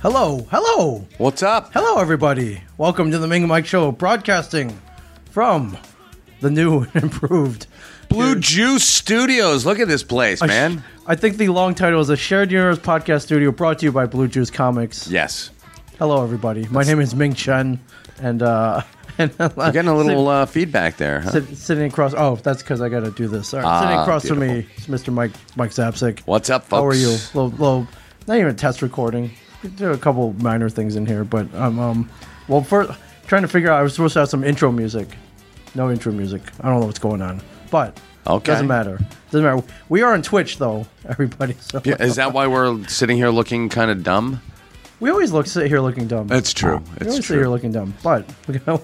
Hello, hello, What's up? hello, everybody. Welcome to the Ming and Mike Show, broadcasting from the new and improved Blue Juice Studios. Look at this place, A sh- man. I think the long title is a shared universe podcast studio brought to you by Blue Juice Comics. Yes. Uh, Hello, everybody. My name is Ming Chen, and uh, and We're getting a little uh, feedback there. Huh? sit, sitting across. Oh, that's because I got to do this. All right, sitting Ah, across from me is Mr. Mike Mike Zapsik. What's up, folks? How are you? Little, little, not even a test recording. There are a couple minor things in here, but um, um well, first trying to figure out. I was supposed to have some intro music. No intro music. I don't know what's going on, but Okay. doesn't matter. Doesn't matter. We are on Twitch though, everybody. So Yeah, is that why we're sitting here looking kind of dumb? we always look sit here looking dumb. It's true. we always sit here looking dumb, but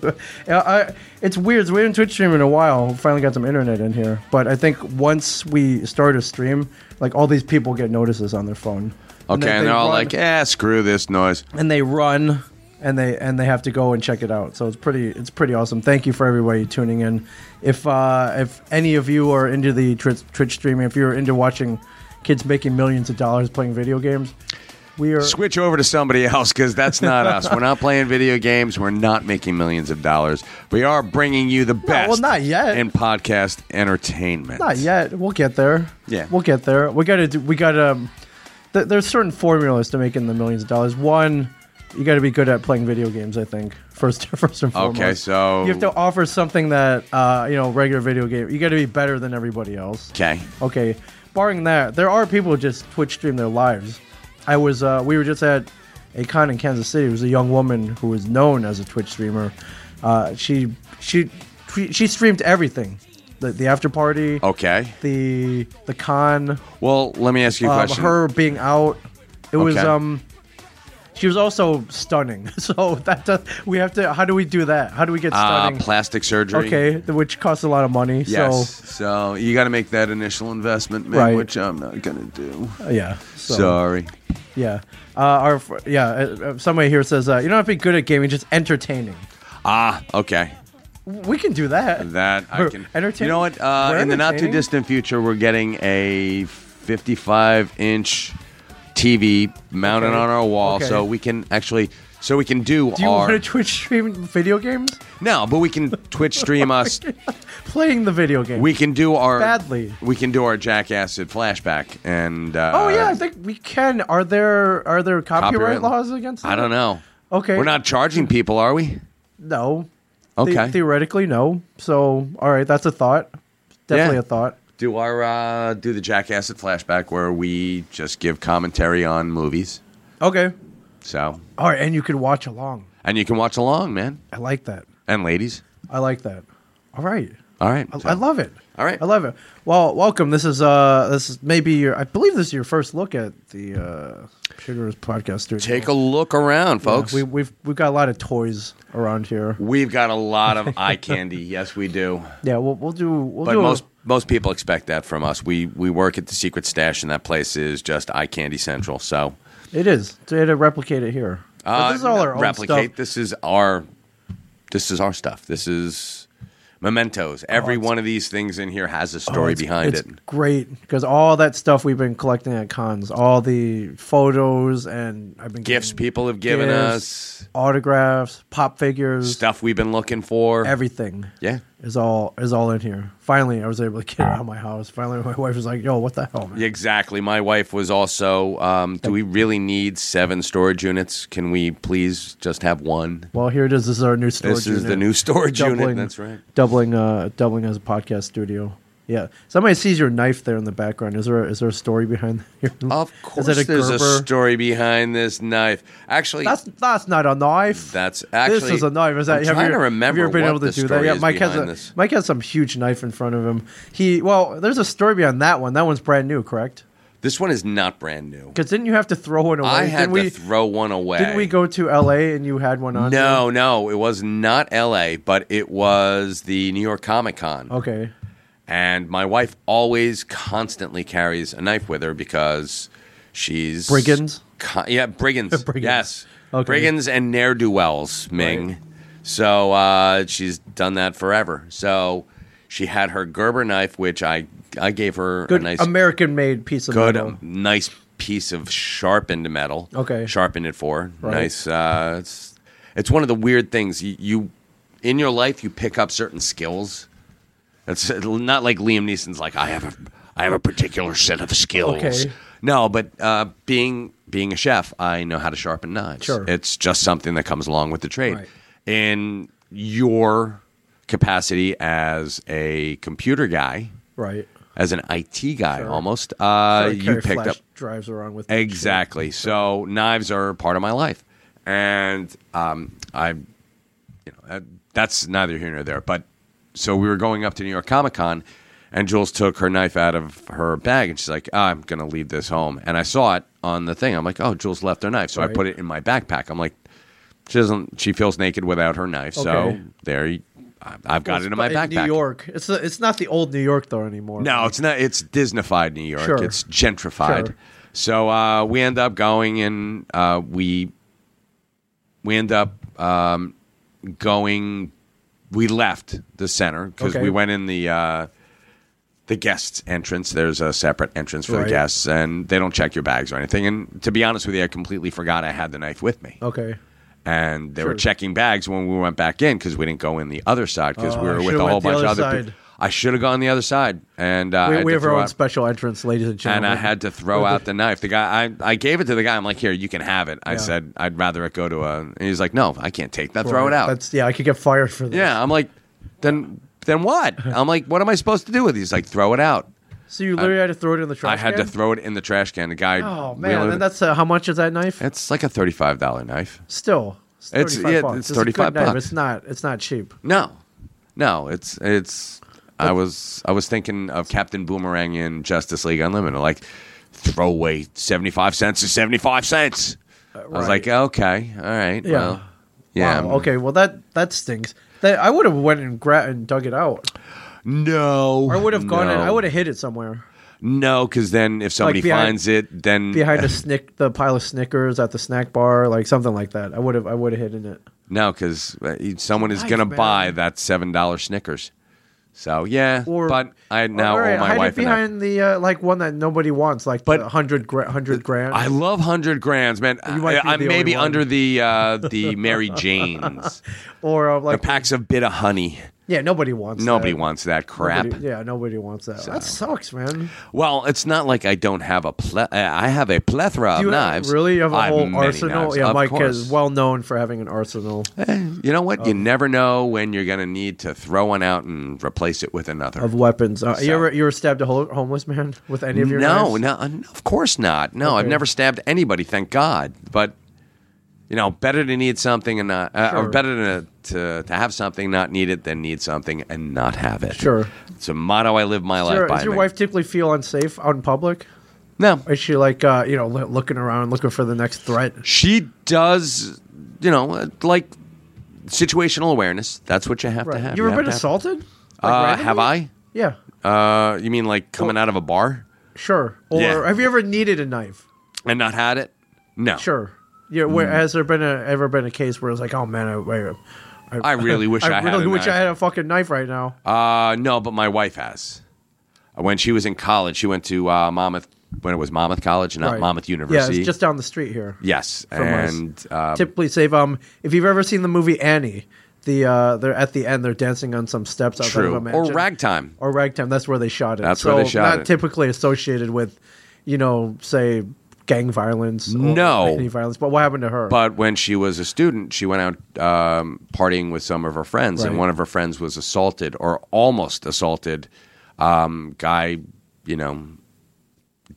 I, I, it's weird. We haven't Twitch stream in a while. We finally got some internet in here, but I think once we start a stream, like all these people get notices on their phone. Okay, they- and they they're all run- like, "Yeah, screw this noise." and they run and they and they have to go and check it out. So it's pretty it's pretty awesome. Thank you for everybody tuning in. If uh, if any of you are into the Twitch, Twitch streaming, if you're into watching kids making millions of dollars playing video games, we are Switch over to somebody else because that's not us. We're not playing video games. We're not making millions of dollars. We are bringing you the best. well, not yet. In podcast entertainment. not yet. We'll get there. Yeah. we'll get there. We gotta do. We gotta. um, Th- there's certain formulas to making the millions of dollars. One. You got to be good at playing video games, I think. First, first and foremost. Okay, so- you have to offer something that uh, you know regular video game. You got to be better than everybody else. Okay. Okay. Barring that, there are people who just Twitch stream their lives. I was, uh, we were just at a con in Kansas City. It was a young woman who was known as a Twitch streamer. Uh, she, she, she streamed everything, the, the after party, Okay. the the con, Well, let me ask you a um, question. her being out. It was Okay. um. She was also stunning. So that does, we have to. How do we do that? How do we get uh, stunning? plastic surgery. okay, th- which costs a lot of money. Yes. So, you got to make that initial investment, man, Right. which I'm not gonna do. So uh, yeah. So. Sorry. Yeah. Uh, our fr- yeah. uh, uh, Somebody here says uh, you don't have to be good at gaming, just entertaining. Ah, okay. We can do that. That I We're can. entertain- You know what? Uh, We're in the not too entertaining. distant future, we're getting a 55 inch TV mounted Okay. on our wall, Okay. so we can actually, so we can do, Do you our want to Twitch stream video games? no, but we can Twitch stream us. Playing the video game. We can do our Badly. We can do our jackassed flashback, and uh, oh yeah, I think we can. Are there are there copyright, Copyright. laws against? That? I don't know. Okay. We're not charging people, are we? No. The- Okay. theoretically, no. So all right, that's a thought. Definitely Yeah. a thought. do our uh, do the jackass at flashback where we just give commentary on movies Okay. so All right, and you could watch along. and you can watch along man I like that. and ladies I like that. All right. all right I, so- I love it. All right. I love it. Well, welcome. This is uh, this is maybe your. I believe this is your first look at the uh, Sugar's podcast studio. take a look around Yeah, folks we, we've we've got a lot of toys around here. we, have got a lot of eye candy yes we do Yeah, we'll we'll do we'll but do. a- most most people expect that from us we we work at the secret stash and that place is just eye candy central so it is. They had to replicate it here. But uh, this is all our own replicate stuff. this is our this is our stuff this is mementos every one of these things in here has a story Oh, It's- behind it's it great because all that stuff we've been collecting at cons, all the photos and I've been gifts getting people have given gifts, us, autographs, pop figures, stuff we've been looking for. everything. yeah. is all is all in here. Finally, I was able to get it out of my house. Finally, my wife was like, "Yo, what the hell?" Man? Exactly. My wife was also. Um, do we really need seven storage units? Can we please just have one? Well, here it is. This is our new storage. This is the unit. new storage unit. That's right. Doubling, uh, doubling as a podcast studio. Yeah. Somebody sees your knife there in the background. Is there is there a story behind your? Of Is course, that a there's Gerber? a story behind this knife. Actually, That's that's not a knife. That's actually. this is a knife. Is that I'm have trying you, to remember have you ever been what able to the do that? story Yeah, is Mike has a, behind this. Mike has some huge knife in front of him. He well, there's a story behind that one. That one's brand new, correct? This one is not brand new. Because didn't you have to throw one away? I didn't had to we, throw one away. Didn't we go to L.A. and you had one on? you? No, no, it was not L.A., but it was the New York Comic Con. Okay. And my wife always constantly carries a knife with her because she's Brigands? Con- yeah, brigands. Brigands. Yes, Okay. brigands and ne'er do wells, Ming. So uh, she's done that forever. So she had her Gerber knife, which I I gave her Good a nice, American made piece of good, metal. nice piece of sharpened metal. Okay. Sharpened it for. Right. Nice. Uh, it's, it's one of the weird things. You, you, in your life, you pick up certain skills. It's not like Liam Neeson's like, I have a, I have a particular set of skills. Okay. No, but uh, being being a chef, I know how to sharpen knives. Sure. It's just something that comes along with the trade. Right. In your capacity as a computer guy, Right. as an IT guy Sure. almost, uh, I you carry picked up flash drives around with me and shit. exactly. So knives are part of my life, and um, I, you know, uh, that's neither here nor there. But so we were going up to New York Comic Con, and Jules took her knife out of her bag, and she's like, "Ah, "I'm gonna leave this home," and I saw it on the thing. I'm like, "Oh, Jules left her knife," so I Right. put it in my backpack. I'm like, "She doesn't. She feels naked without her knife." So Okay. there, you, I- I've got Well, it in my in backpack. New York. It's the, it's not the old New York though anymore. No, it's not. It's Disneyfied New York. Sure. It's gentrified. Sure. So uh, we end up going and uh, we we end up um, going. We left the center because Okay. we went in the uh, the guests entrance. There's a separate entrance for Right. the guests, and they don't check your bags or anything. And to be honest with you, I completely forgot I had the knife with me okay. and they were Sure. checking bags when we went back in because we didn't go in the other side because Oh, we I were with should've a whole went the bunch of other other side. people. I should have gone the other side, and uh, I We, had we to have our throw own out- special entrance, ladies and and gentlemen. I had to throw out the knife. The guy, I, I gave it to the guy. I'm like, here, you can have it. I Yeah. said, I'd rather it go to a. And he's like, no, I can't take that. Throw it Right. out. That's yeah. I could get fired for that. yeah, I'm like, then then what? I'm like, what am I supposed to do with? it? He's like, throw it out. So you literally had to throw it in the I trash. had to can? throw it in the trash can. The guy. Oh we man, only- and that's uh, how much is that knife? it's like a thirty-five dollar knife. Still, it's It's- 35 yeah, bucks. it's a 35 good knife. bucks. It's not. It's not cheap. No, no, it's it's. I was I was thinking of Captain Boomerang in Justice League Unlimited, like throw away seventy five cents to seventy five cents. I was Uh, right. like, okay, all right, Yeah. well, yeah, Wow, okay. Well, that that stinks. That I would have went and grabbed and dug it out. no, Or I would have gone. no. And, I would have hid it somewhere no, because then if somebody behind- finds it, then behind a snick, the pile of Snickers at the snack bar, like something like that. I would have. I would have hidden it. no, because someone is Nice, gonna man. buy that seven dollar Snickers. So yeah, Or but I now Or, owe my hide wife it an apple. behind the uh, like one that nobody wants, like But- the hundred gra- hundred grand. I love hundred grands, man. You might be I, I'm the only maybe one. under the uh, the Mary Janes. or uh, The like packs of bit of honey. yeah, nobody wants. Nobody that. wants that crap. Nobody- yeah, nobody wants that. That sucks, man. Well, it's not like I don't have a ple- uh, I have a plethora of Do you knives. really have a I whole many arsenal? knives, yeah, of Mike course. is well known for having an arsenal. Eh, You know Oh. what? you never know when you're going to need to throw one out and replace it with another. of weapons. Uh, So- You ever you ever stabbed a ho- homeless man with any of your no, knives? no, of course not. No, I've Okay. never stabbed anybody, thank God. But you know, better to need something and not, uh, or Sure. better to, to to have something not need it than need something and not have it. Sure. it's a motto I live my Does life your, by. does your man. wife typically feel unsafe out in public? No, Is she like uh, you know loo- looking around looking for the next threat? she does you know uh, like situational awareness that's what you have to have You ever have been to have- assaulted? Like, uh, randomly? have i Yeah, uh, you mean like coming out of a bar sure. Or Yeah. have you ever needed a knife? and not had it no Sure. Yeah, where, Mm. has there been a, ever been a case where it's like, oh man, I, i I, really wish i, I had really a wish I knife. had a fucking knife right now. uh, no but my wife has Uh, when she was in college she went to uh, monmouth when it was monmouth college not Right. monmouth university Yeah, it's just down the street here. yes from us. and uh, typically save um if you've ever seen the movie Annie, the uh they're at the end they're dancing on some steps outside true of a or mansion. ragtime or ragtime, that's where they shot it. That's so where they shot not it. typically associated with, you know, say gang violence or No. any violence. But what happened to her? But when she was a student, she went out um, partying with some of her friends, and Right. one of her friends was assaulted or almost assaulted. Um, guy, you know,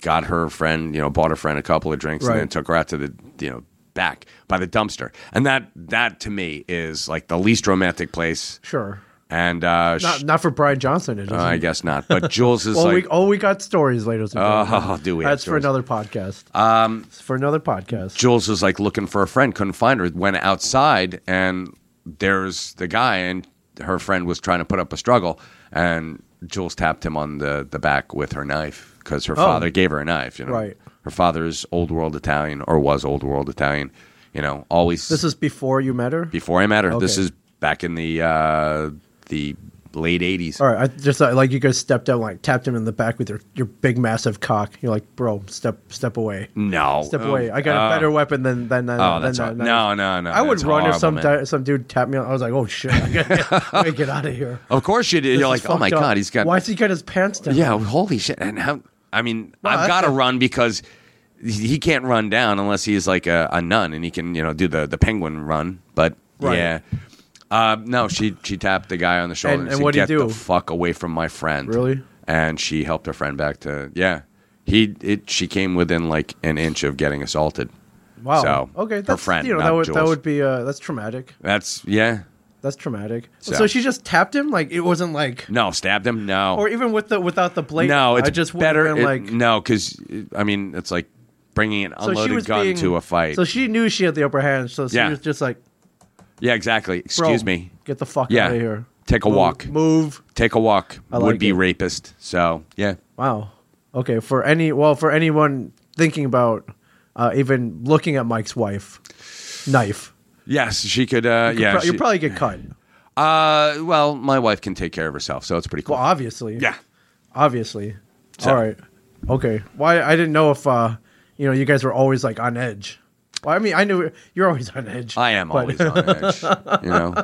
got her friend, you know, bought her friend a couple of drinks, Right. and then took her out to the, you know, back by the dumpster. And that, that to me is like the least romantic place. sure. And uh, Not sh- not for Brian Johnson it isn't. I guess not. But Jules is well, like, we oh we got stories, ladies and Oh, gentlemen. do we have That's for stories. another podcast. Um it's for another podcast. Jules was like looking for a friend, couldn't find her. Went outside, and there's the guy, and her friend was trying to put up a struggle, and Jules tapped him on the the back with her knife because her father gave her a knife. You know, Oh. Right. Her father's old world Italian, or was old world Italian. You know, always this is before you met her? before I met her. This Okay. is back in the uh, the late '80s. All right, I just thought like you guys stepped out, like tapped him in the back with your, your big massive cock. You're like, bro, step step away, No, step Oh, away. I got a oh. better weapon than than than, Oh, than that's that. hor- no, no, no. I would that's run if some horrible, man. di- some dude tapped me. on I was like, oh shit, I gotta I gotta get out of here. Of course you did. You're This is like, oh my fucked up. god, he's got. Why's he got his pants down? Yeah, holy shit! And how? I mean, that's I've got to not- run because he he can't run down unless he's like a, a nun and he can you know do the the penguin run. But Right. yeah, uh, no, she she tapped the guy on the shoulder And- and, and said, what'd he "Get do? the fuck away from my friend!" Really? And she helped her friend back to yeah. He it she came within like an inch of getting assaulted. Wow. So, okay, her that's friend, you know that not would that Jules. would be uh that's traumatic. That's yeah. That's traumatic. So, So- she just tapped him. Like it wasn't like No, stabbed him. No, or even with the without the blade. no, it's I just would've better. been it- like no, because I mean it's like bringing an so she unloaded was gun being- to a fight. So she knew she had the upper hand. So she Yeah. was just like, yeah, exactly. Bro, Excuse me. get the fuck Yeah. out of here. Take a Move- walk. Move. take a walk I would like be it. rapist so yeah Wow. Okay. For any well, for anyone thinking about uh, even looking at Mike's wife, knife. yes she could uh yeah Pro- she- you'll probably get cut. uh well my wife can take care of herself so it's pretty cool Well, obviously. yeah Obviously. So- All right. Okay. Why I didn't know if uh you know you guys were always like on edge. Well, I mean, I knew you're always on edge. i am but- always on edge you know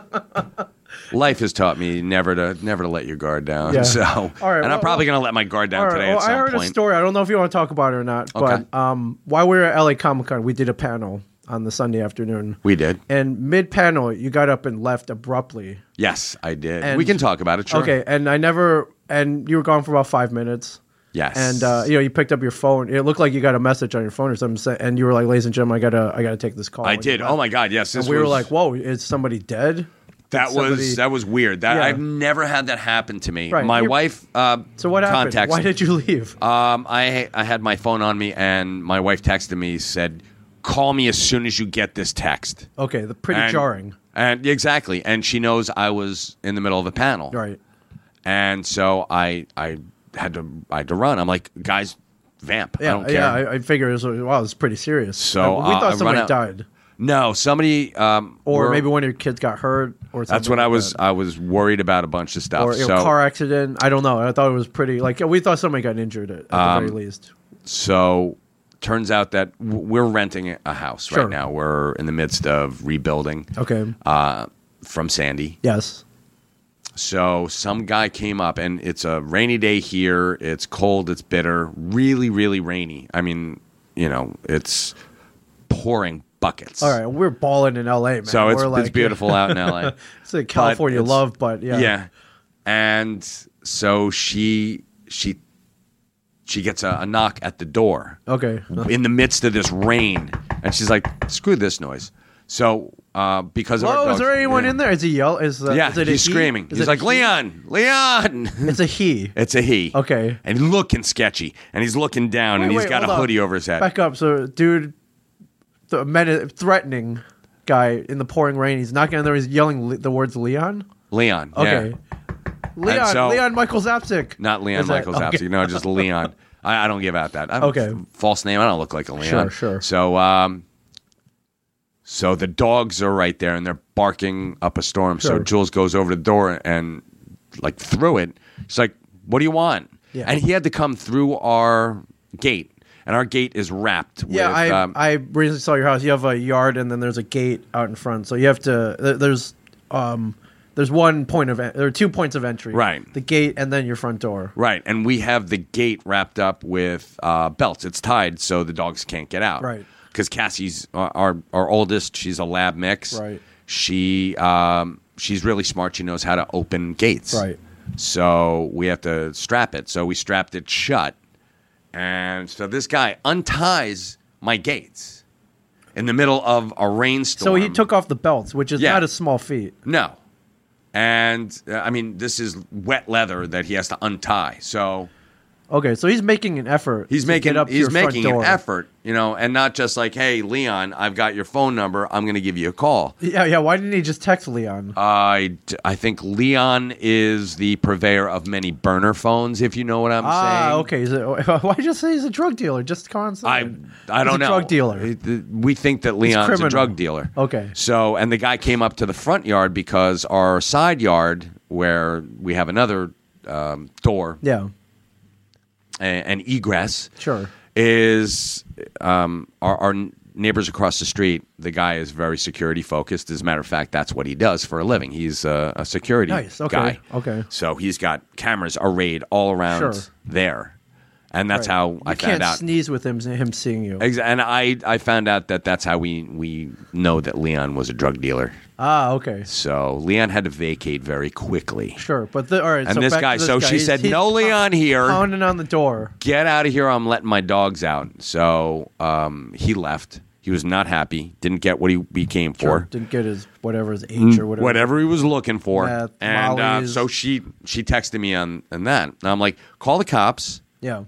life has taught me never to never to let your guard down Yeah. so All right, and well- i'm probably gonna let my guard down All right, today well, at some I heard point a story. I don't know if you want to talk about it or not, but Okay. um, while we were at LA Comic Con, we did a panel on the Sunday afternoon. we did and mid panel, you got up and left abruptly. yes i did And- we can talk about it sure Okay, and I never. And you were gone for about five minutes. yes And uh, you know, you picked up your phone. It looked like you got a message on your phone or something. sa- And you were like, "Ladies and gentlemen, I gotta, I gotta take this call." i And you did left. oh my god yes this uh, And we were was- like, "Whoa, is somebody dead?" that Did somebody- was that was weird. That Yeah. I've never had that happen to me. Right, My you're- wife uh, So what happened? contacts Why did you leave? Um, I I had my phone on me, and my wife texted me said, "Call me as soon as you get this text." Okay, the pretty And- jarring. And exactly, and she knows I was in the middle of a panel, Right. And so I I had to I had to run. I'm like, guys, vamp. I Yeah, don't care. yeah. I, I figured it was wow, it's pretty serious. So, we uh, I thought run somebody out- died, no, somebody um, or were- maybe one of your kids got hurt, or something That's what like I was that. I was worried about a bunch of stuff. Or you so know, car accident. I don't know. I thought it was pretty. Like we thought somebody got injured at, at Um, the very least. So turns out that w- we're renting a house Sure. right now. We're in the midst of rebuilding Okay. uh, from Sandy. yes. So some guy came up, and it's a rainy day here. It's cold. It's bitter. Really, really rainy. I mean, you know, it's pouring buckets. All right. We're balling in L.A. Man. So it's, We're like, it's beautiful out in LA. It's a California it's- love, but yeah. And so she she she gets a, a knock at the door Okay. in the midst of this rain, and she's like, "Screw this noise." So uh, because of our Hello. Is dogs- there anyone yeah. in there? Is he yell? Is, uh, Yeah, is it a he's he? screaming. Is he's it a like, he? "Leon, Leon!" It's a he. It's a he. Okay. And he's looking sketchy, and he's looking down, and Wait, he's wait, got a hold on. hoodie over his head. Back up. So, dude, the men, threatening guy in the pouring rain. He's knocking on there. He's yelling le- the words Leon. Leon. Okay. Yeah. Leon. so- Leon Michael Zapsik. Not Leon Is that- Michael Zapsik. No, just Leon. I, I don't give out that. I'm Okay. False name. I don't look like a Leon. Sure, sure. So, um, so the dogs are right there, and they're barking up a storm. Sure. So Jules goes over to the door and like through it. She's like, "What do you want?" Yeah. And he had to come through our gate, and our gate is wrapped. Yeah, with, I um, I recently saw your house. You have a yard, and then there's a gate out in front. So you have to. there- There's um there's one point of en- there are two points of entry. Right. The gate and then your front door. Right, and we have the gate wrapped up with uh, belts. It's tied so the dogs can't get out. Right. because Cassie's uh, our our oldest. She's a lab mix. Right. She um, she's really smart. She knows how to open gates. Right. So we have to strap it. So we strapped it shut, and so this guy unties my gates in the middle of a So rainstorm. he took off the belts, which is Yeah. not a small feat. no. And uh, I mean, this is wet leather that he has to untie. So Okay, so he's making an effort. He's to making get up to he's your front making door. an effort, you know, and not just like, "Hey, Leon, I've got your phone number. I'm going to give you a call." Yeah, yeah. Why didn't he just text Leon? Oh, I d- I think Leon is the purveyor of many burner phones, if you know what I'm ah, saying. okay. Is it, why just say he's a drug dealer? Just come I on. inside. I He's don't a know. Drug dealer. It- th- We think that Leon's a criminal. drug dealer. Okay. So, and the guy came up to the front yard because our side yard where we have another um, door Yeah. and, and egress. Sure. Is um, our, our neighbors across the street? The guy is very security focused. As a matter of fact, that's what he does for a living. He's a, a security Nice, okay, guy. okay. So he's got cameras arrayed all around Sure. there, and that's Right. how you I can't found out. sneeze with him him seeing you. Ex- And I, I found out that that's how we, we know that Leon was a drug dealer. ah, okay. So Leon had to vacate very quickly. Sure. But the, all right. And so this back to guy, so she He's- said, he's "No, Leon, here. Pounding on the door. Get out of here. I'm letting my dogs out. So um, he left. He was not happy. Didn't get what he, he came Sure. for. Didn't get his whatever his H or whatever. Mm, Whatever he was looking for. Meth, and uh, mollies. so she, she texted me on, on that. And I'm like, call the cops. Yeah.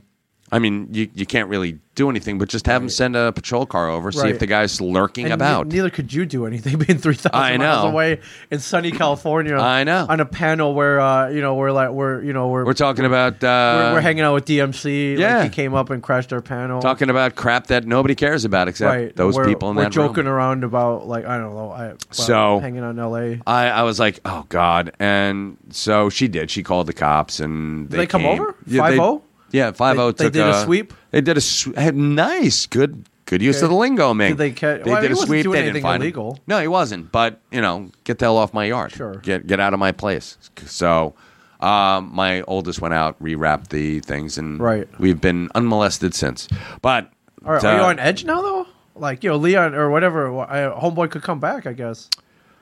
I mean, you, you can't really do anything, but just have them send a patrol car over, see if Right. the guy's lurking And about. ne- neither could you do anything being three I thousand know. miles away in sunny California. I know. On a panel where uh, you know we're like we're you know we're We're talking about uh, we're, we're hanging out with DMC. like, yeah. he came up and crashed our panel. talking about crap that nobody cares about except right. those we're, people in we're that joking room. around about like I don't know. I, well, So- uh, hanging out in L.A. I, I was like, oh god, and so she did. She called the cops, and Did they, they come came. over? Yeah, they- 5-0? Yeah, five zero. They- they did a sweep? They did a sw- had nice, good, good use Okay. of the lingo, man. Did they catch- well, I mean, he wasn't doing They didn't anything find him. illegal. No, he wasn't. But you know, get the hell off my yard. Sure. Get get out of my place. So. Um, my oldest went out, rewrapped the things, and Right. we've been unmolested since. But All right, uh, are you on edge now though? Like you know, Leon or whatever, wh- I, homeboy could come back, I guess.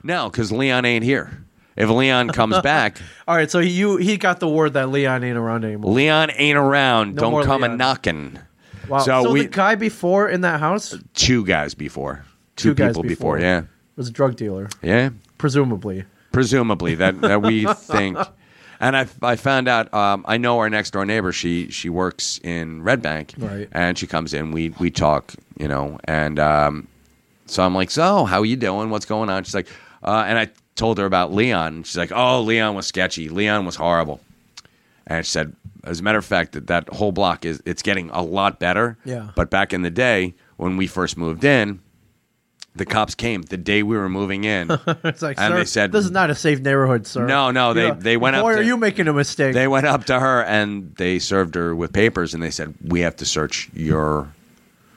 No, because Leon ain't here. If Leon comes back, All right, so you he got the word that Leon ain't around anymore. Leon ain't around. No Don't more come a Leon. knocking. Wow. So, So, we the guy before in that house, two guys before, two, Two guys people before. before. Yeah, was a drug dealer, yeah. presumably. Presumably that that we think. And I, I found out. Um, I know our next door neighbor. She she works in Red Bank, Right. And she comes in. We we talk, you know. And um, so I'm like, so how you doing? What's going on? She's like, uh, and I told her about Leon. She's like, oh, Leon was sketchy. Leon was horrible. and she said, as a matter of fact, that that whole block is it's getting a lot better. Yeah. But back in the day when we first moved in, the cops came the day we were moving in. It's like, And sir, they said- this is not a safe neighborhood, sir. No, no, they- they went up Boy, to- are you making a mistake? they went up to her and they served her with papers and they said, "We have to search your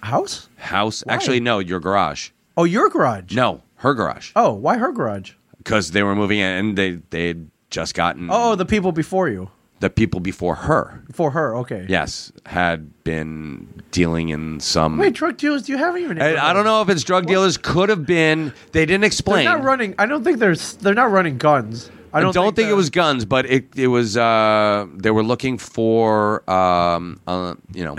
House? house." Actually, no, your garage. Oh, your garage. No, her garage Oh, why her garage? because they were moving in and they they had just gotten Oh, the people before you, the people before her. before her. Okay. Yes, had been dealing in some. Wait, drug dealers? Do you have even? I, I don't know if it's drug dealers. Could have been. They didn't They're explain. not running. I don't think there's. They're not running guns. I I don't. don't, think, that- it was guns, but it it was uh, they were looking for um, uh, you know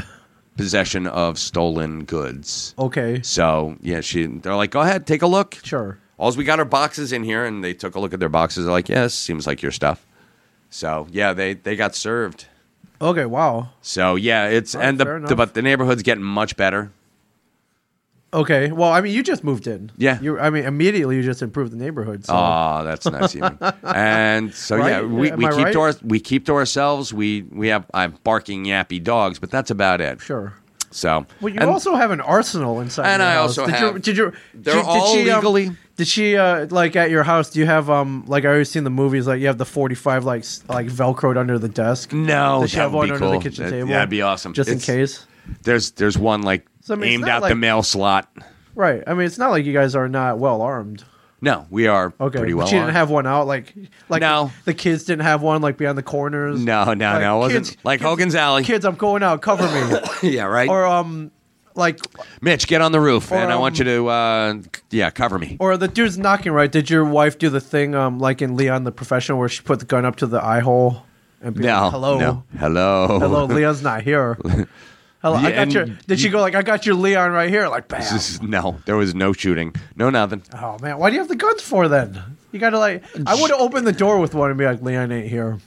possession of stolen goods. Okay. So yeah, she they're like, go ahead, take a look. Sure. All's we got are boxes in here, and they took a look at their boxes. They're like, yes, seems like your stuff. So yeah, they they got served. Okay. Wow. So yeah, it's right, and the, fair the enough. but the neighborhood's getting much better. Okay. Well, I mean, you just moved in. Yeah. You. I mean, immediately you just improved the neighborhood. So. Oh, that's nice. Even. And so yeah, Right? we, Am we I keep to right? our, we keep to ourselves. We we have I have barking yappy dogs, but that's about it. sure. So Well, you and- also have an arsenal inside. And your I house. also did have- You, did you? They're did, did all she, um, legally- did she uh, like at your house? Do you have um like I always seen the movies like you have the forty five like s- like velcroed under the desk? No, does she that have would one be under cool. the kitchen That- table? that'd be awesome. just It's- in case. there's there's one like So, I mean, it's aimed not out the like- mail slot. Right. I mean, it's not like you guys are not well armed. No, we are Okay. pretty but well. she didn't armed. have one out like like No. the kids didn't have one like behind the corners. no, no, Like, no. It wasn't kids- like kids- Hogan's Alley. Kids, I'm going out. Cover me. yeah, right. or um, like Mitch, get on the roof, and I want you um, to uh, yeah cover me. Or the dude's knocking right. Did your wife do the thing um like in Leon the Professional where she put the gun up to the eye hole and be no, like, "Hello, no. hello, hello, Leon's not here." Hello, Yeah, I got and your. Did she go like, "I got your Leon right here"? Like, bam. This is- no, there was no shooting, no nothing. oh man, why do you have the guns for then? You gotta like. I would have opened the door with one and be like, "Leon ain't here."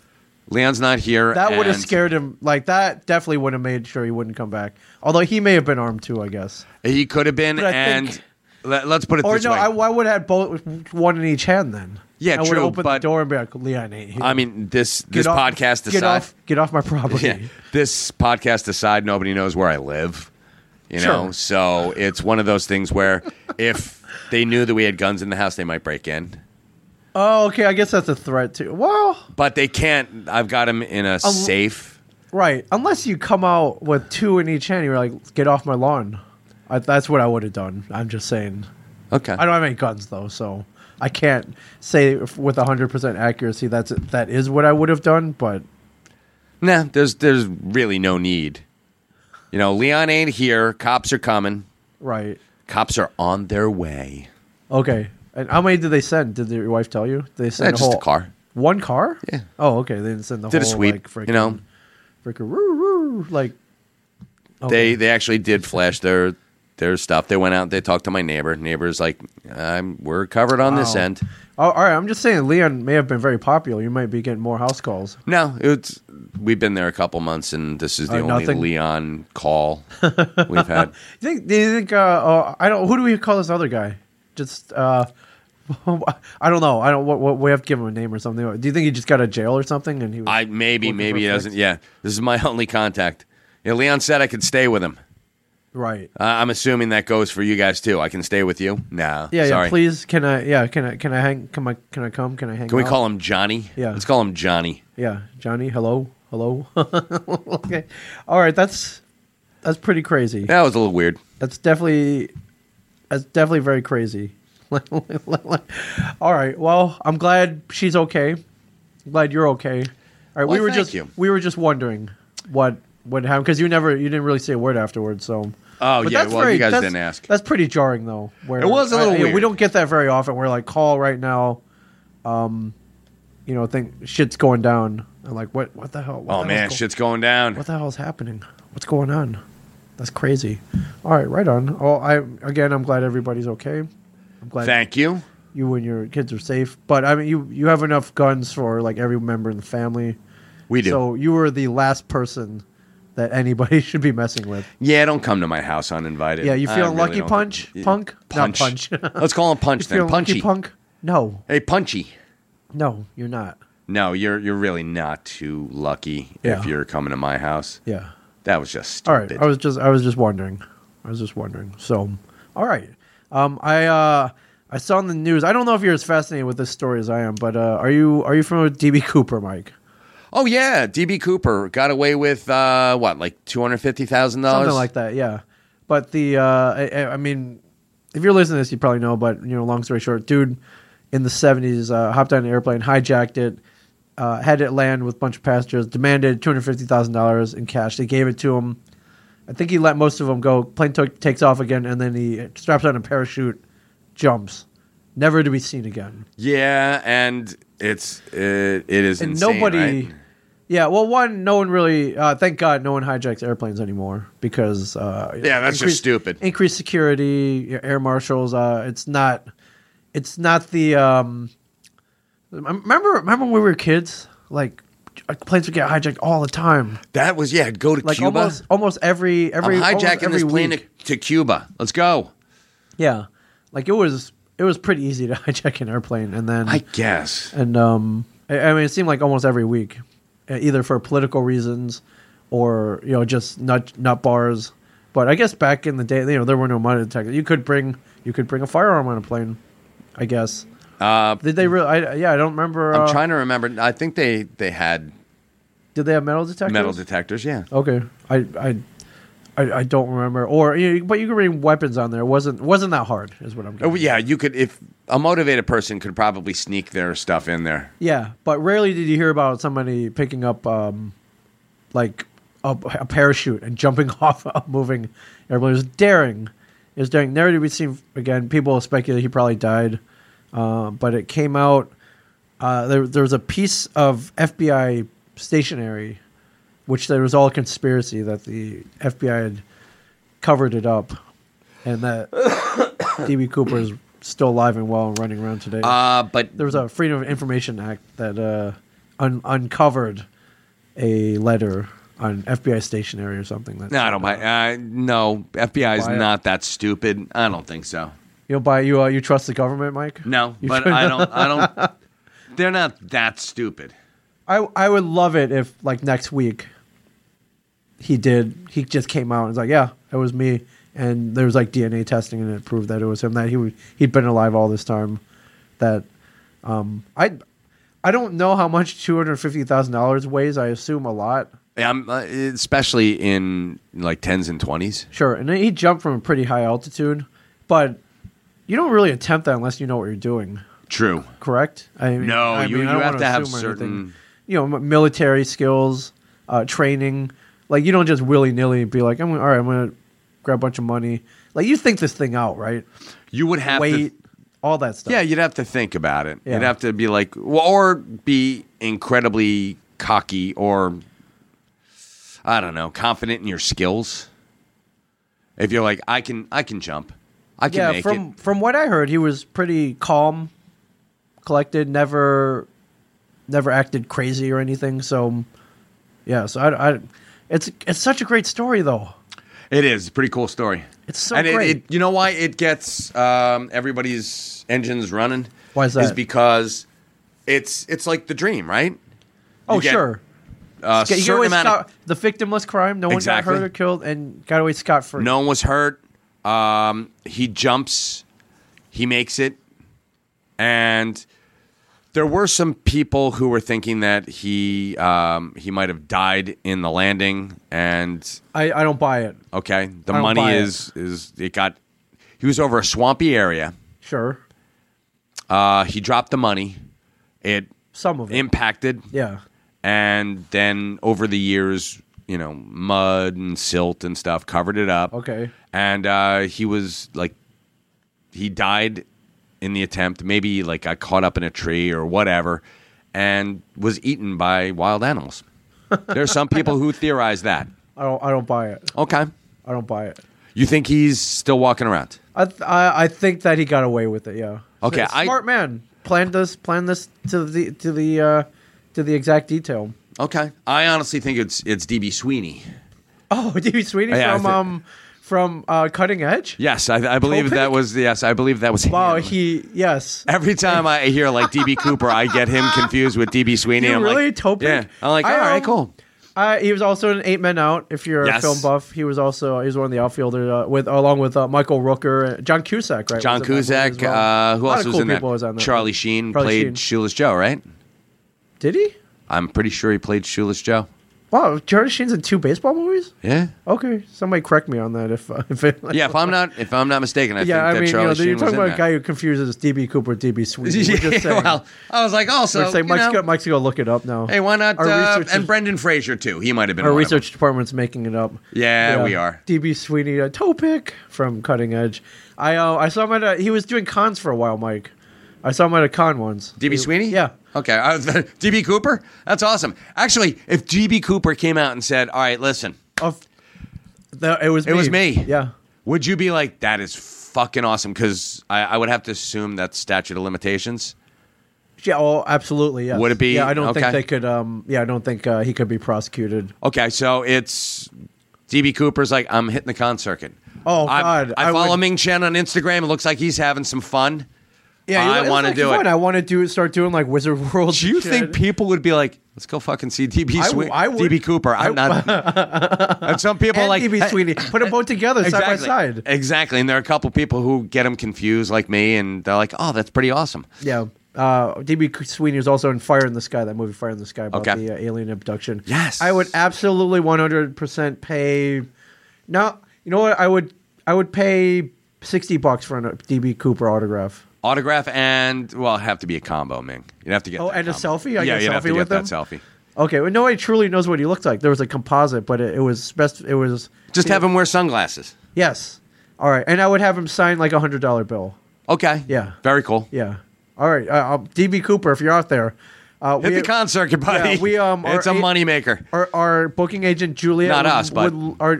Leon's not here. That would have and scared him. Like that definitely would have made sure he wouldn't come back. Although he may have been armed too, I guess. He could have been, But I and think- let, us put it Or this no, way. I, I would have had both one in each hand then. Yeah, I would true, have opened but- the door and be like, "Leon ain't here." I mean, this this off- podcast Get aside, off, get off my property. yeah, this podcast aside, nobody knows where I live. You Sure. know, so it's one of those things where if they knew that we had guns in the house, they might break in. Oh, okay. I guess that's a threat too. Well, But they can't. I've got him in Oh, a safe. right. Unless you come out with two in each hand, you're like, get off my lawn. I, that's what I would have done. I'm just saying. Okay. I don't have any guns though, so I can't say if- with 100% accuracy that's that is what I would have done. But Nah, there's there's really no need. You know, Leon ain't here. Cops are coming. right, Cops are on their way. okay. And how many did they send? Did your wife tell you? Did they send Yeah, a just whole a car. One car? Yeah. Oh, okay. They didn't send the Did a whole sweep, like freaking, you know. freaking roo roo like. They they actually did flash their their stuff. They went out. They talked to my neighbor. Neighbor's like, I'm, we're covered on this Wow. end. Oh, all right. I'm just saying, Leon may have been very popular. You might be getting more house calls. No, it's we've been there a couple months, and this is the Uh, only nothing? Leon call we've had. You think? Do you think? Uh, uh, I don't. Who do we call this other guy? Just. Uh, I don't know. I don't. What, what? We have to give him a name or something. Do you think he just got a jail or something? And he. Was, I maybe Looking maybe for he a fix. doesn't. Yeah, this is my only contact. Yeah, Leon said I could stay with him. right. Uh, I'm assuming that goes for you guys too. I can stay with you. No, Yeah. sorry. Yeah. Please. Can I? Yeah. Can I? Can I hang? Can I? Can I come? Can I hang? Can we out? call him Johnny? Yeah. let's call him Johnny. Yeah. Johnny. Hello. Hello. okay. All right. That's. That's pretty crazy. That was a little weird. That's definitely that's definitely very crazy. All right. Well, I'm glad she's okay. I'm glad you're okay. All right. Well, we were thank just you. we were just wondering what what happened because you never you didn't really say a word afterwards. So. Oh But yeah, that's well very- you guys that's- didn't ask. That's pretty jarring though. Where It was a I- little I- weird. We don't get that very often. We're like call right now. Um, you know, think shit's going down. And like what what the hell? What the Oh hell's man, go- shit's going down. what the hell's happening? What's going on? That's crazy. All right, right on. Oh, I again, I'm glad everybody's okay. I'm glad Thank you. you and your kids are safe. But I mean, you you have enough guns for like every member in the family. We do. So you were the last person that anybody should be messing with. yeah, don't come to my house uninvited. Yeah, you I feeling really lucky, don't- punch, Yeah, punk, punch. not punch. You Let's call him Punch then. feeling Punchy. lucky, punk? No, Hey, Punchy. no, you're not. No, you're you're really not too lucky Yeah. if you're coming to my house. Yeah. That was just All right. stupid. I was just I was just wondering. I was just wondering. So, all right. Um, I uh, I saw in the news. I don't know if you're as fascinated with this story as I am, but uh, are you are you familiar with DB Cooper, Mike? oh yeah, DB Cooper got away with uh, what, like two hundred fifty thousand dollars? Something like that. Yeah. But the uh, I, I- I mean, if you're listening to this, you probably know. But you know, long story short, dude, in the '70s, uh, hopped on an airplane, hijacked it. Uh, had it land with a bunch of passengers, demanded two hundred fifty thousand dollars in cash. They gave it to him. I think he let most of them go. Plane took takes off again, and then he straps on a parachute, jumps, never to be seen again. Yeah, and it's it, it is And insane, nobody, right? yeah. Well, one, no one really. Uh, thank God, no one hijacks airplanes anymore because uh, Yeah, that's just stupid. Increased security, your air marshals. Uh, it's not. It's not the. Um, remember, remember when we were kids, like. uh, Planes would get hijacked all the time. That was yeah. Go to Like Cuba. almost, almost every every I'm almost hijacking this every plane week. to, to Cuba. Let's go. Yeah, like it was it was pretty easy to hijack an airplane, and then I guess. and um, I, I mean it seemed like almost every week, uh, either for political reasons or you know just nut nut bars. But I guess back in the day, you know, there were no money detectors. You could bring you could bring a firearm on a plane, I guess. Uh, Did they really? I, yeah, I don't remember. I'm uh, trying to remember. I think they they had Did they have metal detectors? metal detectors. Yeah. Okay, I I. I, I don't remember, or you know, but you could bring weapons on there. It wasn't wasn't that hard? Is what I'm. Oh Getting. yeah. You could if a motivated person could probably sneak their stuff in there. Yeah, but rarely did you hear about somebody picking up um, like a, a parachute and jumping off a moving airplane. It was daring. It was daring. Never to be seen again. People speculate he probably died, uh, but it came out. Uh, there, there was a piece of FBI stationery, which there was all a conspiracy that the FBI had covered it up, and that DB Cooper is still alive and well and running around today Uh, but there was a Freedom of Information Act that uh, un- uncovered a letter on FBI stationery or something. That no, I don't buy. Uh, no, FBI is Why- uh, not that stupid. I don't think so. You don't buy you uh, you trust the government, Mike? No, You but should- I don't. I don't. They're not that stupid. I I would love it if like next week he did he just came out and was like yeah it was me and there was like DNA testing and it proved that it was him that he would he'd been alive all this time that Um, I I don't know how much two hundred fifty thousand dollars weighs. I assume a lot. Yeah, I'm, uh, especially in like tens and twenties. Sure, and he jumped from a pretty high altitude, but you don't really attempt that unless you know what you're doing. True. Correct? I mean, No, I you- mean, I you don't have wanna to have assume or anything. certain- you know, m- military skills, uh, training. Like you don't just willy nilly be like, I'm gonna, all right, I'm gonna grab a bunch of money. Like you think this thing out, right? You would have Weight, to. all that stuff. Yeah, you'd have to think about it. Yeah. You'd have to be like, well, or be incredibly cocky, or I don't know, confident in your skills. If you're like, I can, I can jump, I can yeah. make From it. from what I heard, he was pretty calm, collected, never, never acted crazy or anything. So, yeah. So I, I it's it's such a great story though. It is a pretty cool story. It's so and it- great. It, you know why it gets um, everybody's engines running? Why is Is that? because it's it's like the dream, right? Oh You get sure. A Get- you certain always amount of scot- the victimless crime. No one Exactly. got hurt or killed, and got away scot free. No one was hurt. Um, he jumps. He makes it. And there were some people who were thinking that he um, he might have died in the landing. And I, I don't buy it. okay, the I don't money buy it. is is it got. He was over a swampy area. Sure. Uh, he dropped the money. It Some of it. impacted. yeah. And then over the years, you know, mud and silt and stuff covered it up. Okay. And uh, he was like, he died in the attempt. Maybe like got caught up in a tree or whatever, and was eaten by wild animals. There's some people who theorize that. I don't I don't buy it. Okay. I don't buy it. You think he's still walking around? I th- I, I think that he got away with it. Yeah. Okay, S- I- Smart man. Planned this. Planned this to the to the uh, to the exact detail. Okay. I honestly think it's it's DB Sweeney. Oh, D.B. Sweeney Yeah, I from thi- um from uh, Cutting Edge. Yes, I, I believe that Copic? was yes, I believe that was him. Wow. He yes. Every time I hear like DB Cooper, I get him confused with DB Sweeney. You I'm really like, Topic? Yeah. I'm like, all I, right, um, cool. Uh, he was also in Eight Men Out. If you're Yes. a film buff, he was also he was one of the outfielders uh, with along with uh, Michael Rooker, uh, John Cusack, right? John was in that Kuzak. movie as well. Uh, who A lot else of was cool in that? people was on that? Charlie Sheen Charlie played Sheen. Shoeless Joe, right? Did he? I'm pretty sure he played Shoeless Joe. Wow, Charlie Sheen's in two baseball movies. Yeah. Okay, somebody correct me on that if uh, if it, Yeah. If I'm not if I'm not mistaken, I yeah. think that I mean, you Charlie know, Sheen you're was talking in about a that. guy who confuses DB Cooper, with DB Sweeney. We're just saying, well, I was like, also, we're saying you Mike's, know, go, Mike's gonna look it up now. hey, why not? Our Uh, research and is- Brendan Fraser too. He might have been Our one of them. research department's making it up. Yeah, we are. DB Sweeney, a toe pick uh, from Cutting Edge. I uh, I saw him at a, he was doing cons for a while, Mike. I saw him at a con once. DB He- Sweeney? Yeah. Okay. I was, DB Cooper? That's awesome. Actually, if DB Cooper came out and said, all right, listen, Of the, it was It me. was me. Yeah. Would you be like, that is fucking awesome? Because I, I would have to assume that's statute of limitations. Yeah. Oh, absolutely. Yes. Would it be- Yeah. I don't okay. think they could. Um. Yeah. I don't think uh, he could be prosecuted. Okay, so it's DB Cooper's like, I'm hitting the con circuit. Oh, I, God, I, I follow would- Ming Chen on Instagram. It looks like he's having some fun. you know, I it's want to like do fun. it. I want to do start doing like Wizard World. do you shit. think people would be like, let's go fucking see DB I Sweeney? w- I would. DB Cooper. I'm not. and some people and like DB "Hey, Sweeney put them both together side by side? Exactly. And there are a couple people who get them confused, like me, and they're like, oh, that's pretty awesome. Yeah. Uh, DB Sweeney is also in Fire in the Sky, that movie Fire in the Sky about Okay. the uh, alien abduction. Yes. I would absolutely 100% pay. No, you know what? I would I would pay 60 bucks for a DB Cooper autograph. Autograph and, well, it'd have to be a combo, Ming. You'd have to get Oh, that and a combo. selfie? I yeah, get a you'd have to selfie get with that him? selfie. Okay, well, nobody truly knows what he looked like. There was a composite, but it, it was best. It was Just have him wear sunglasses. yes. All right, and I would have him sign like a hundred dollar bill. Okay. Yeah. Very cool. Yeah. All right, uh, um, DB Cooper, if you're out there, uh, Hit we- the con circuit, buddy. Yeah, we, um, it's a are eight- moneymaker. Our, our booking agent Juliet, Not would, us, but- would, our,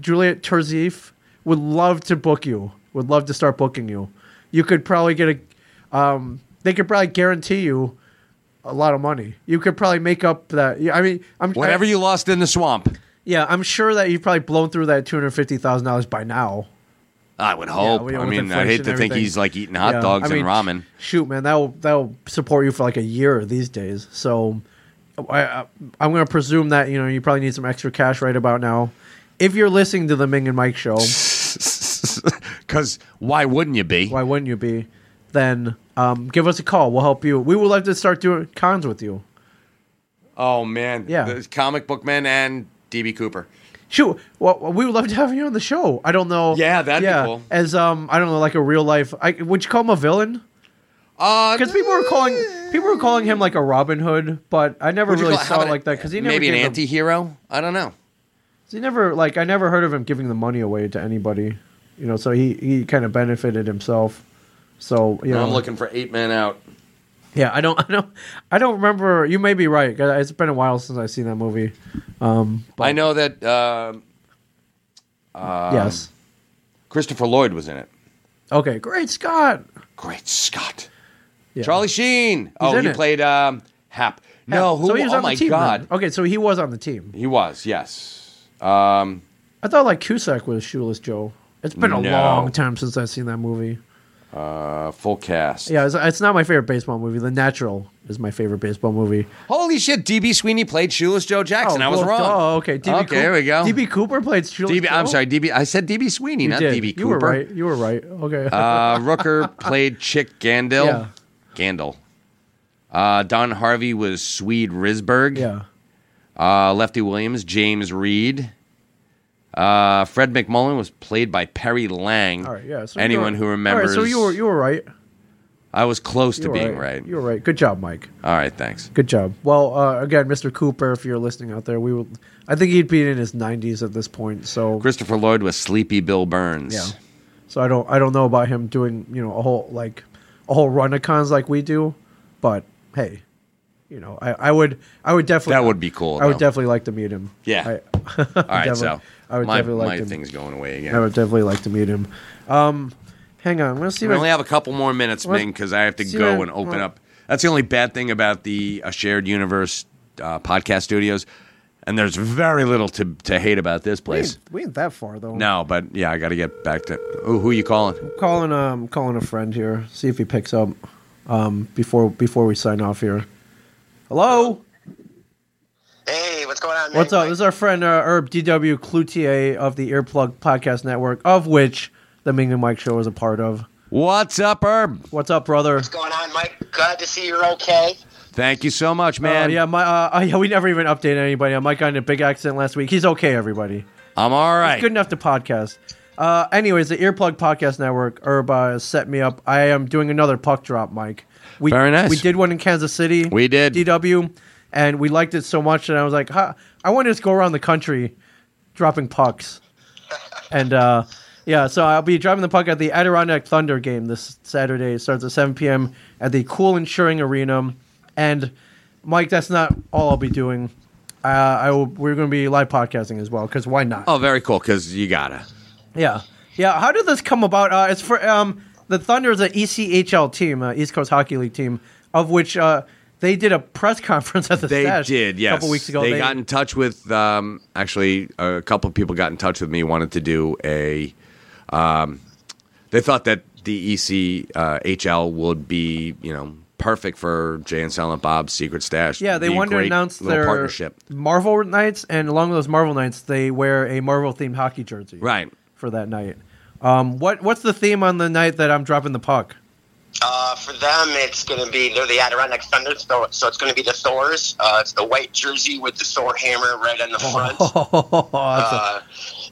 Juliet Terzif would love to book you. Would love to start booking you. You could probably get a. Um, they could probably guarantee you a lot of money. You could probably make up that. yeah, I mean, I'm Whatever you lost in the swamp, Yeah, I'm sure that you've probably blown through that two hundred fifty thousand dollars by now. I would hope. we- I with mean, I hate inflation to and think everything. he's like eating hot Yeah, dogs I mean, and ramen. Shoot, man, that'll that'll support you for like a year these days. So, I, I I'm gonna presume that you know you probably need some extra cash right about now. If you're listening to the Ming and Mike show, Because why wouldn't you be? why wouldn't you be? then um, give us a call. We'll help you. We would like to start doing cons with you. Oh man, Yeah. The comic book man and DB Cooper. Shoot, well, we would love to have you on the show. I don't know. Yeah, that'd be cool. As um, I don't know, like a real life. I, would you call him a villain? Uh, Because people were calling people were calling him like a Robin Hood, but I never would you really call- how saw it about like that because he never maybe an gave the- anti-hero. I don't know. He never like I never heard of him giving the money away to anybody, you know. So he he kind of benefited himself. So you know, I'm looking for Eight Men Out. yeah, I don't, I don't, I don't remember. You may be right. 'cause It's been a while since I've seen that movie. Um, but I know that um yes. Christopher Lloyd was in it. Okay, great Scott. Great Scott. Yeah. Charlie Sheen. oh, in he it. played um, Hap. Yeah, No, who? so he was oh on my the team then. God, Okay, so he was on the team. he was. Yes. Um, I thought like Cusack was Shoeless Joe. It's been a No. long time since I've seen that movie. uh, full cast. Yeah, it's, it's not my favorite baseball movie. The Natural is my favorite baseball movie. Oh, Holy shit! DB Sweeney played Shoeless Joe Jackson. I was well, wrong. duh, okay, DB Okay, Cooper, there we go. DB Cooper played Shoeless DB, Joe. I'm sorry, DB. I said DB Sweeney, You not did. DB Cooper. You were right. You were right. Okay. Uh, Rooker played Chick Gandil. Yeah. Gandil. Uh, Don Harvey was Swede Risberg. yeah. Uh, Lefty Williams, James Reed. Uh, Fred McMullen was played by Perry Lang. All right. Yeah. So you Anyone were- who all right, remembers, so you were you were right. I was close You to were being right. You were right. Good job, Mike. All right, thanks. Good job. Well, uh, again, Mr. Cooper, if you're listening out there, we will. I think he'd be in his 90s at this point. So Christopher Lloyd was Sleepy Bill Burns. yeah. So I don't I don't know about him doing you know a whole like a whole run of cons like we do, but hey, you know I, I would I would definitely That would be cool, I would though. definitely like to meet him. Yeah. I, All right, so I would my, definitely like my to- thing's going away again. I would definitely like to meet him. Um, hang on, I'm gonna see. We if I- only have a couple more minutes, Well, Ming, because I have to see go what- and open well- up. That's the only bad thing about the uh, shared universe uh, podcast studios, and there's very little to to hate about this we, place. ain't, we ain't that far though. No, but yeah, I got to get back to. Ooh, who you calling? calling um calling a friend here. See if he picks up um before before we sign off here. Hello, Hey, what's going on? man? what's up? This is our friend uh, Herb DW Cloutier of the Earplug Podcast Network, of which the Ming and Mike Show is a part of. What's up, Herb? What's up, brother? What's going on, Mike? Glad to see you're okay. Thank you so much, man. Uh, yeah, my uh, uh, yeah, we never even updated anybody. Uh, Mike got in a big accident last week. He's okay, everybody. I'm all right. good enough to podcast. Uh, anyways, the Earplug Podcast Network, Herb, uh, set me up. I am doing another puck drop, Mike. We, Very nice. We did one in Kansas City. We did. DW, and we liked it so much that I was like, huh, I want to just go around the country dropping pucks. and uh, yeah, so I'll be dropping the puck at the Adirondack Thunder game this Saturday. It starts at 7 p.m. at the Cool Insuring Arena. And Mike, that's not all I'll be doing. Uh, I will, we're going to be live podcasting as well because why not? Oh, very cool. Because you gotta. Yeah, yeah. How did this come about? Uh, it's for um, the Thunder is an ECHL team, uh, East Coast Hockey League team, of which uh, they did a press conference at the They Stash did, yes. a couple weeks ago. They, got in touch with um, actually a couple of people got in touch with me wanted to do a. Um, they thought that the EC uh, HL would be you know perfect for Jay and Silent Bob's Secret Stash. yeah, they Be a wanted to great announce little their partnership. Marvel nights, and along with those Marvel nights, they wear a Marvel themed hockey jersey Right. for that night. Um, what what's the theme on the night that I'm dropping the puck? Uh, for them, it's going to be they're the Adirondack Thunder, so, so it's going to be the Thors. Uh, it's the white jersey with the Thor hammer right on the front. Oh, that's a- Uh,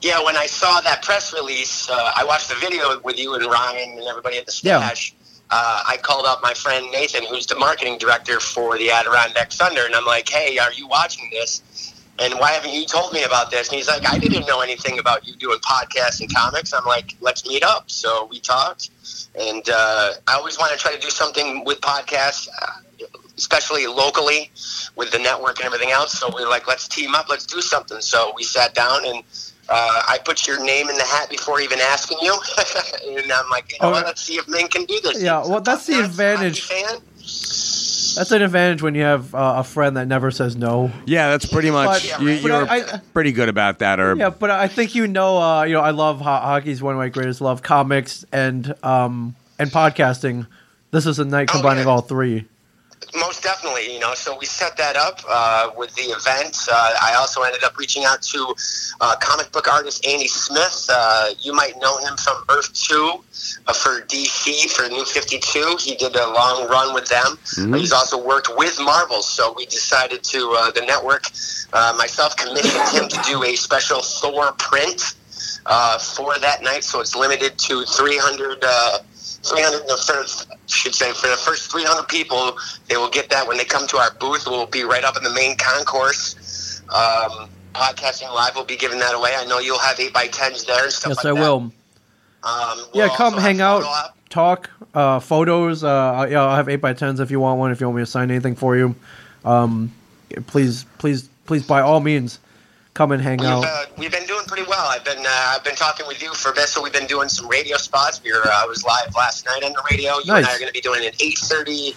yeah, when I saw that press release, uh, I watched the video with you and Ryan and everybody at the Yeah. stash. Uh, I called up my friend Nathan, who's the marketing director for the Adirondack Thunder, and I'm like, "Hey, are you watching this? And why haven't you told me about this?" And he's like, "I didn't know anything about you doing podcasts and comics." I'm like, "Let's meet up." So we talked, and uh, I always want to try to do something with podcasts, uh, especially locally with the network and everything else. So we are like, let's team up, let's do something. So we sat down and uh, I put your name in the hat before even asking you, and I'm like, you know Oh, what? Let's see if Ming can do this. Yeah, He's well, a that's the tough guy, he's a advantage. hockey Fan. that's an advantage when you have uh, a friend that never says no. Yeah, that's pretty much But- you, but you're I- I- pretty good about that, Herb. Yeah, but I think you know, uh, you know, I love ho- hockey's one of my greatest love, comics and um and podcasting. This is a night Oh, combining yeah. all three. Most definitely. You know, so we set that up uh, with the event. Uh, I also ended up reaching out to uh, comic book artist Andy Smith. Uh, you might know him from Earth Two uh, for DC for New Fifty Two. He did a long run with them. He's also worked with Marvel. So we decided to uh, the network. Uh, myself commissioned him to do a special Thor print uh, for that night. So it's limited to 300, uh, 300 no, for, should say for the first 300 people, they will get that when they come to our booth. We'll be right up in the main concourse. Um, Podcasting Live will be giving that away. I know you'll have 8x10s there and stuff Yes, like I that. will. Um, Yeah, we'll come also hang out, have photo op. talk, uh, photos. Uh, I- yeah, I'll have eight by tens if you want one. If you want me to sign anything for you, um, please, please, please, by all means, come and hang We've, out. uh, we've been doing pretty well. I've been uh, I've been talking with you for a bit, so we've been doing some radio spots. We were uh, I was live last night on the radio. You and I Nice. are going to be doing an eight thirty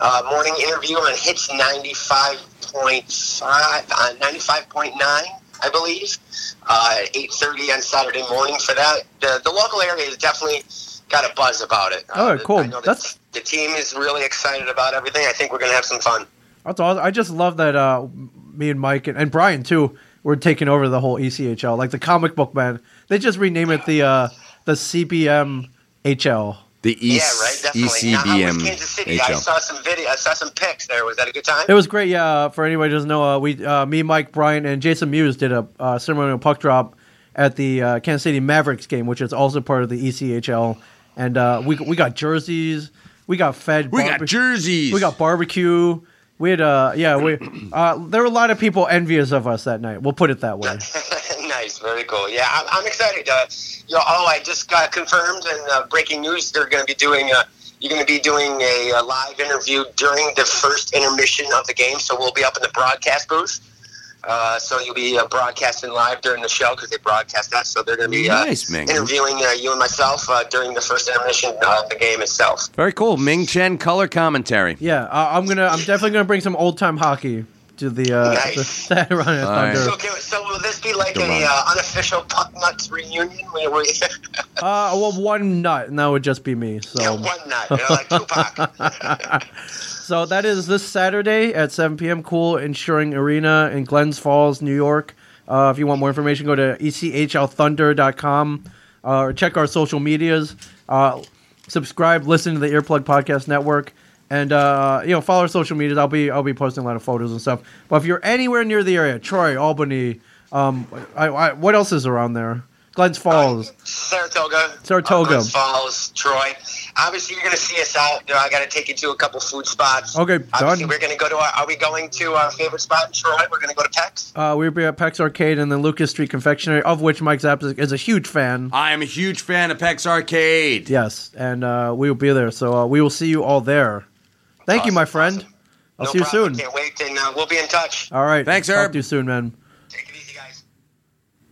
uh, morning interview on Hits ninety five point five on ninety five point nine, I believe. Uh, eight thirty on Saturday morning for that. The, the local area has definitely got a buzz about it. Oh, the- cool. I know the- That's- the team is really excited about everything. I think we're going to have some fun. That's awesome. I just love that uh, me and Mike and, and Brian too were taking over the whole E ECHL, like the comic book man. They just rename it the uh, the CBM HL. The E- yeah, right. Definitely. Now, how was Kansas City? I ECBM saw some video. I saw some pics there. Was that a good time? It was great. Yeah, uh, for anybody who doesn't know, uh, we, uh, me, Mike, Brian, and Jason Mewes did a uh, ceremonial puck drop at the uh, Kansas City Mavericks game, which is also part of the E ECHL. And uh, we we got jerseys, we got fed, We got barbe- jerseys. we got barbecue. We had uh yeah we uh there were a lot of people envious of us that night. We'll put it that way. nice, very cool. Yeah, I'm, I'm excited. Uh, you know, oh, I just got confirmed and uh, breaking news. They're going to be doing. Uh, you're going to be doing a, uh live interview during the first intermission of the game, so we'll be up in the broadcast booth. Uh, so you'll be uh, broadcasting live during the show because they broadcast that. So they're going to be uh, Nice, man. interviewing uh, you and myself uh, during the first intermission of the game itself. Very cool. Ming Chen color commentary. Yeah, uh, I'm gonna I'm definitely gonna bring some old time hockey to the uh Nice. the, the Adirondack All right. Thunder. So, can, so will this be like Good one. a uh, unofficial puck nuts reunion where we Uh, well, one nut, and that would just be me. So, one nut, you know, like Tupac? so that is this Saturday at 7 p.m. Cool Insuring Arena in Glens Falls, New York. Uh, if you want more information, go to E echlthunder.com uh, or check our social medias. Uh, subscribe, listen to the Earplug Podcast Network, and uh, you know follow our social medias. I'll be I'll be posting a lot of photos and stuff. But if you're anywhere near the area, Troy, Albany, um, I, I, what else is around there? Glens Falls. Saratoga. Oh. Saratoga. Upland Falls, Troy. Obviously, you're going to see us out. You know, I got to take you to a couple food spots. Okay, Obviously, done. we're going to go to our, are we going to our favorite spot in Troy? We're going to go to Peck's. Uh, we'll be at Peck's Arcade and then Lucas Street Confectionery, of which Mike Zapp is, is a huge fan. I am a huge fan of Pex Arcade. Yes, and uh, we will be there. So uh, we will see you all there. Thank you, Awesome, my friend. awesome. I'll no see you problem. soon. Can't wait, and uh, we'll be in touch. All right. Thanks, Talk Herb. to you soon, man. Take it easy, guys.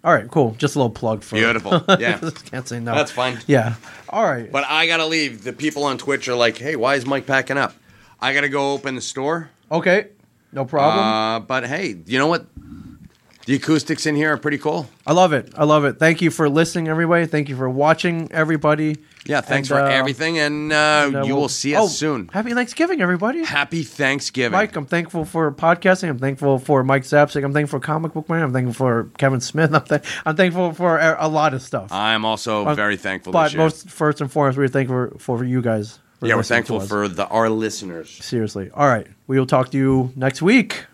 All right, cool. Just a little plug for Beautiful. Yeah. Can't say no. That's fine. Yeah. All right. But I gotta leave. The people on Twitch are like, "Hey, why is Mike packing up?" I gotta go open the store. Okay. No problem. Uh, but hey, you know what? The acoustics in here are pretty cool. I love it. I love it. Thank you for listening, everybody. Thank you for watching, everybody. Yeah, thanks And, for uh, everything, and, uh, and, uh, you we'll- will see us Oh, soon. Happy Thanksgiving, everybody. Happy Thanksgiving. Mike, I'm thankful for podcasting. I'm thankful for Mike Zapsik. I'm thankful for Comic Book Man. I'm thankful for Kevin Smith. I'm, th- I'm thankful for uh, a, a lot of stuff. I'm also Uh, very thankful. but this year. most, first and foremost, we're thankful for, for you guys. for yeah, we're listening to thankful us. for the our listeners. Seriously. All right. We will talk to you next week.